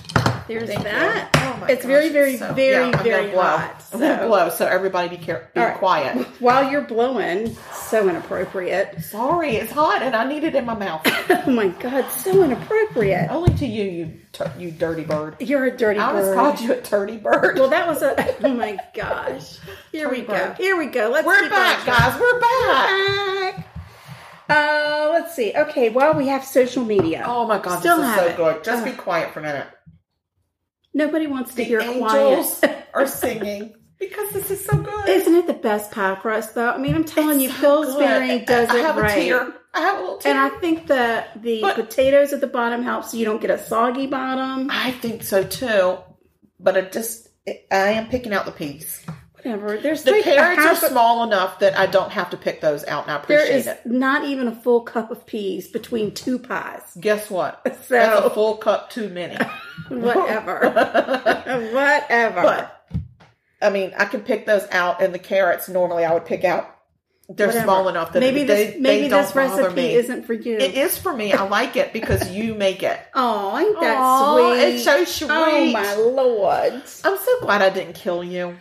There's
Thank you.
that.
Oh my
it's
gosh,
very, very,
it's so-
very,
yeah, I'm gonna
very
blow. [laughs]
hot.
I'm gonna blow, so everybody be, care- be
All right.
quiet.
While you're blowing, so inappropriate.
Sorry, it's hot and I need it in my [laughs] mouth.
Oh my god, so inappropriate. Oh,
Only to you, you tur you dirty bird.
You're a dirty
I always
bird.
called you a dirty bird.
Well, that was a. Oh my gosh. Here we go.
Bird.
Here we go. Let's
We're
keep
back,
on track.
guys. We're back.
Back. Uh, let's see. Okay, well, we have social media.
Oh my god,
Still
this is
have
so
it.
good. Just be quiet for a minute.
Nobody wants to
Uh-huh. The
hear
angels [laughs]
quiet. [laughs]
are singing because this is so good.
Isn't it the best pie for us, though? I mean, I'm telling you, Pillsbury
Good.
does
I
it
have
right.
a tear. I have a little tear.
And I think that the
But-
potatoes at the bottom helps you don't get a soggy bottom.
I think so too, but I just I am picking out the piece.
Whatever. There's
The
like a
carrots are
half a-
small enough that I don't have to pick those out, and I
There
appreciate
is
it.
not even a full cup of peas between two pies.
Guess what?
So-
That's a full cup too
[laughs]
many.
Whatever.
[laughs]
Whatever.
but I mean, I can pick those out, and the carrots normally I would pick out. They're
Whatever.
small enough that
maybe
they,
this
they
maybe
don't
this
bother
recipe
me.
isn't for you.
[laughs] It is for me. I like it because
[laughs]
you make it.
Oh, ain't that
Aw,
sweet?
it's so sweet.
Oh
[laughs]
my lord!
I'm so glad I didn't kill you.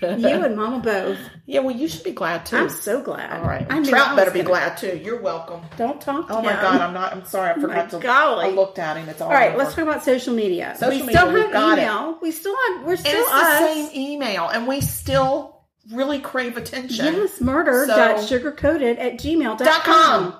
You and Mama both.
Yeah, well, you should be glad too.
I'm so glad.
All right,
I knew I
Trout
was
better be
gonna-
glad too. You're welcome.
Don't talk. To
Oh my
him.
god, I'm not. I'm sorry, I forgot to.
golly.
I looked at him. It's all
All right,
over.
let's talk about social media.
Social
we
media,
still
we've
have
got it.
email. We still have. We're
And
still
it's
us.
the same email, and we still really crave attention.
Yes, murder
So-
dot sugarcoated at gmail dot com.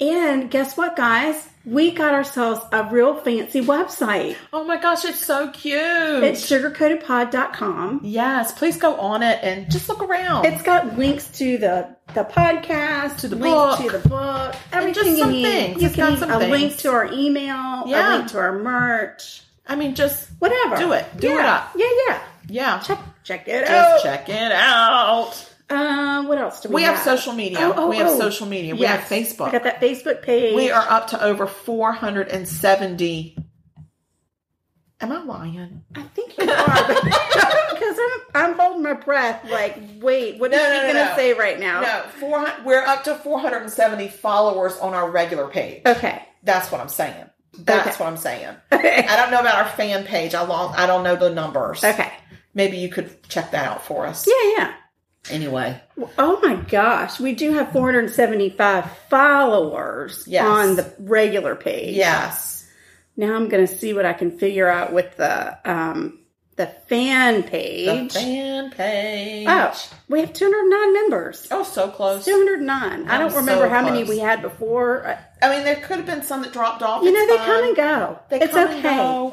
And guess what, guys? We got ourselves a real fancy website.
Oh my gosh, it's so cute.
It's sugarcoatedpod.com.
yes, please go on it and just look around.
It's got links to the the podcast, to
the
links
book.
to the book, everything
just
you
some
need.
things.
You
It's
can e,
got some
a
things.
link to our email,
Yeah.
a link to our merch,
I mean, just
whatever.
Do it. Do it
Yeah.
up.
Yeah, yeah.
yeah,
Check check it out.
just check it out.
Um, what else do we?
We have
have
social media.
Oh, oh,
we have
oh.
social media. We
Yes.
have Facebook.
I got that Facebook page.
We are up to over 470. Am I lying?
I think you are but- [laughs] because I'm I'm holding my breath. Like, wait, what is
No, no,
she
no,
gonna
no.
say right now?
No, 400, we're up to 470 followers on our regular page.
Okay.
That's what I'm saying. That's
Okay.
what I'm saying.
Okay.
I don't know about our fan page. I long, I don't know the numbers.
Okay.
Maybe you could check that out for us.
Yeah, yeah.
Anyway,
Oh my gosh, we do have 475 followers
Yes.
on the regular page.
yes.
Now I'm going to see what I can figure out with the um the fan
The
page.
fan page.
Oh, we have 209 members.
Oh, so close.
209. I
I'm
don't remember
so
how many
close.
we had before. Uh,
I mean, there could have been some that dropped off.
You
It's
know they
fine.
come and go.
They
it's
come
okay.
and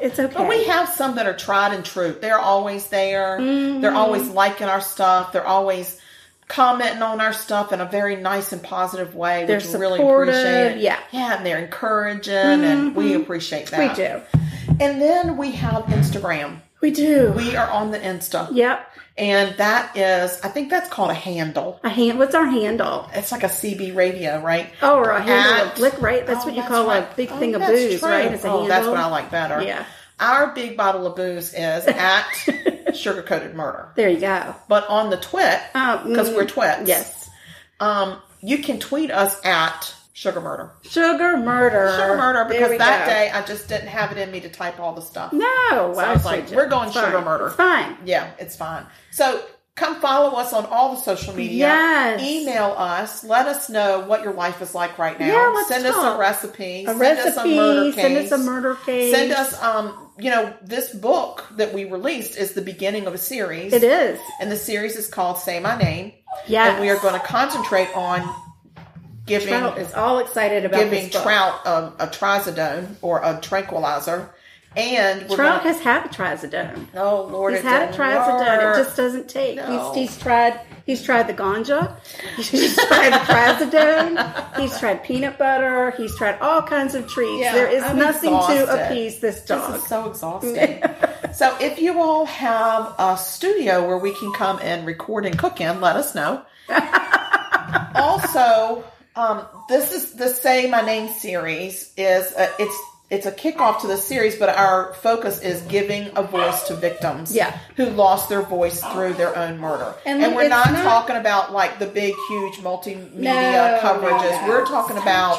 go.
It's okay.
But we have some that are tried and true. They're always there. They're
Mm-hmm.
always liking our stuff. They're always commenting on our stuff in a very nice and positive way,
They're
which we really
supportive,
appreciate.
yeah. Mm-hmm.
Yeah, and they're encouraging and we appreciate
we
that.
do.
And then we have Instagram.
We do.
We are on the Insta.
yep.
And that is I think that's called a handle.
A hand. What's our handle?
It's like a CB radio, right?
Oh, or a handle
At-
of lick, right? That's
Oh,
what you call a
right.
big
Oh,
thing of
that's
booze,
true.
right? It's a
oh, that's what I
handle.
like better.
Yeah.
Our big bottle of booze
[laughs]
is at Sugar Coated Murder.
There you go.
But on the twit,
Oh, mm,
because we're twits,
Yes.
um, you can tweet us at Sugar Murder.
Sugar murder.
Sugar Murder,
There we
because that
go.
day I just didn't have it in me to type all the stuff.
No.
So I was like, we're going
it's
sugar
fine.
murder.
It's fine.
Yeah, it's fine. So come follow us on all the social media.
Yes.
Email us. Let us know what your life is like right now.
Yeah, let's
send us
talk.
a recipe.
A
send us a
recipe.
murder case.
send us a murder case.
Send us, um, you know, this book that we released is the beginning of a series.
It is.
And the series is called Say My Name.
Yes.
And we are going to concentrate on giving
Trout is all excited about
giving
this book.
Trout a, a trazodone or a tranquilizer. And we're
Trout
gonna,
has had trazodone.
oh Lord,
He's
it
had a
didn't
trazodone. It
work.
just doesn't take.
No.
He's, he's tried. He's tried the ganja. [laughs] He's tried the trazodone. He's tried peanut butter. He's tried all kinds of treats.
Yeah,
there is
I'm
nothing
exhausted.
to appease this dog.
This is so exhausting. [laughs] so if you all have a studio where we can come and record and cook in, let us know. also, um, this is the Say My Name series is a, it's it's a kickoff to the series, but our focus is giving a voice to victims
Yeah.
who lost their voice through their own murder.
And
And, we're
it's
not,
not-
talking about like the big, huge multimedia
No,
coverages.
no.
We're talking about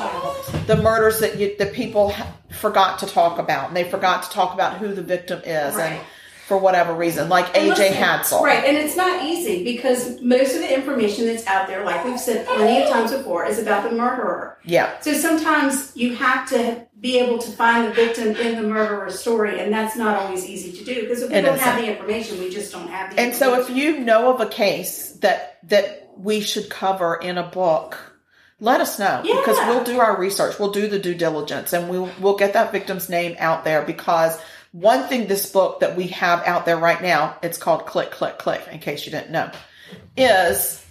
the murders that you, the people ha- forgot to talk about, and they forgot to talk about who the victim is,
Right.
and for whatever reason, like
And
AJ
listen,
Hadsell.
Right, and it's not easy because most of the information that's out there, like we've said plenty of times before, is about the murderer.
Yeah.
So sometimes you have to be able to find the victim in the murderer's story, and that's not always easy to do because if we
It
don't
isn't.
have the information, we just don't have the
And so if
information.
you know of a case that that we should cover in a book, let us know
Yeah.
because we'll do our research, we'll do the due diligence and we'll we'll get that victim's name out there because one thing this book that we have out there right now, it's called Click Click Click in case you didn't know, is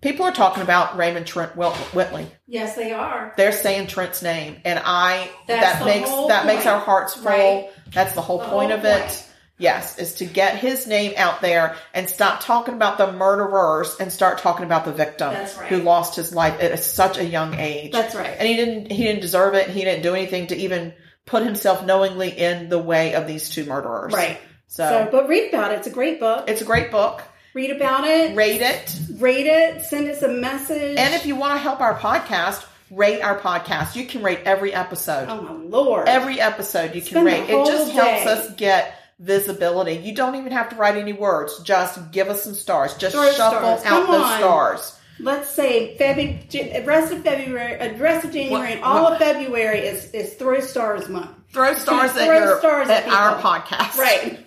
people are talking about Raymond Trent Whit- Whitley.
Yes, they are.
They're saying Trent's name and I
That's
that
the
makes
whole
that makes our
point,
hearts full.
right?
That's the whole
The
point
whole
of it.
point.
Yes, is to get his name out there and stop talking about the murderers and start talking about the victim
That's right.
who lost his life at such a young age.
That's right.
And he didn't he didn't deserve it. He didn't do anything to even put himself knowingly in the way of these two murderers.
Right.
So,
So,
but read about it. It's a great book.
it's a great book.
Read about it.
Rate it.
Rate it. Send us a message.
And if you want to help our podcast, rate our podcast. You can rate every episode.
oh my lord,
every episode you can
Spend the
rate. It just
whole
helps
day.
us get visibility. You don't even have to write any words. Just give us some stars. Just
Throw
shuffle
stars.
out
Come
those
on.
stars.
let's say February, Jan- rest of February, uh, rest of January,
What-
and all
what-
of February is is throw stars month.
Throw stars at
Throw
your
stars
at,
at
our
people.
podcast.
Right.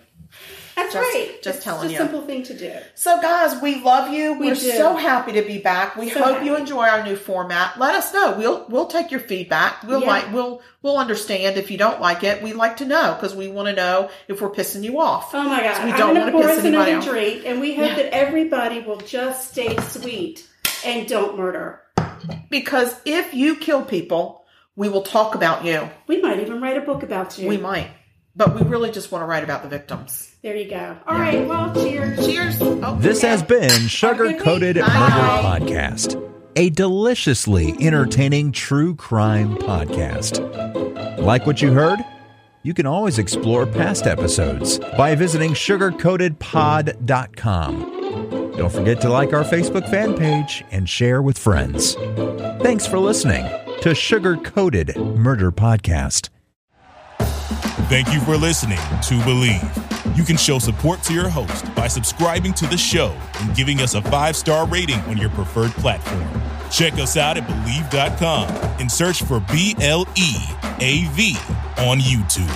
That's
Just-
right.
just
it's
telling
just
you.
Simple thing to do.
So guys, we love you. We are
do.
so happy to be back. We
So
hope
happy.
you enjoy our new format. Let us know. We'll we'll take your feedback. We'll
Yeah.
like we'll we'll understand if you don't like it. We like to know because we want to know if we're pissing you off.
Oh my god!
We don't
I'm
wanna
gonna pour
piss
us another
anybody off.
drink, and we hope that everybody will just stay sweet and don't murder.
Because if you kill people, we will talk about you.
We might even write a book about you.
We might. But we really just want to write about the victims.
There you go. All right. Well, cheers.
Cheers. Oh,
This
yeah.
has been Sugar Coated Murder
Bye.
Podcast, a deliciously entertaining true crime podcast. Like what you heard? You can always explore past episodes by visiting sugarcoatedpod.com. Don't forget to like our Facebook fan page and share with friends. Thanks for listening to Sugar Coated Murder Podcast.
Thank you for listening to Believe. You can show support to your host by subscribing to the show and giving us a five star rating on your preferred platform. Check us out at Believe.com and search for B L E A V on YouTube.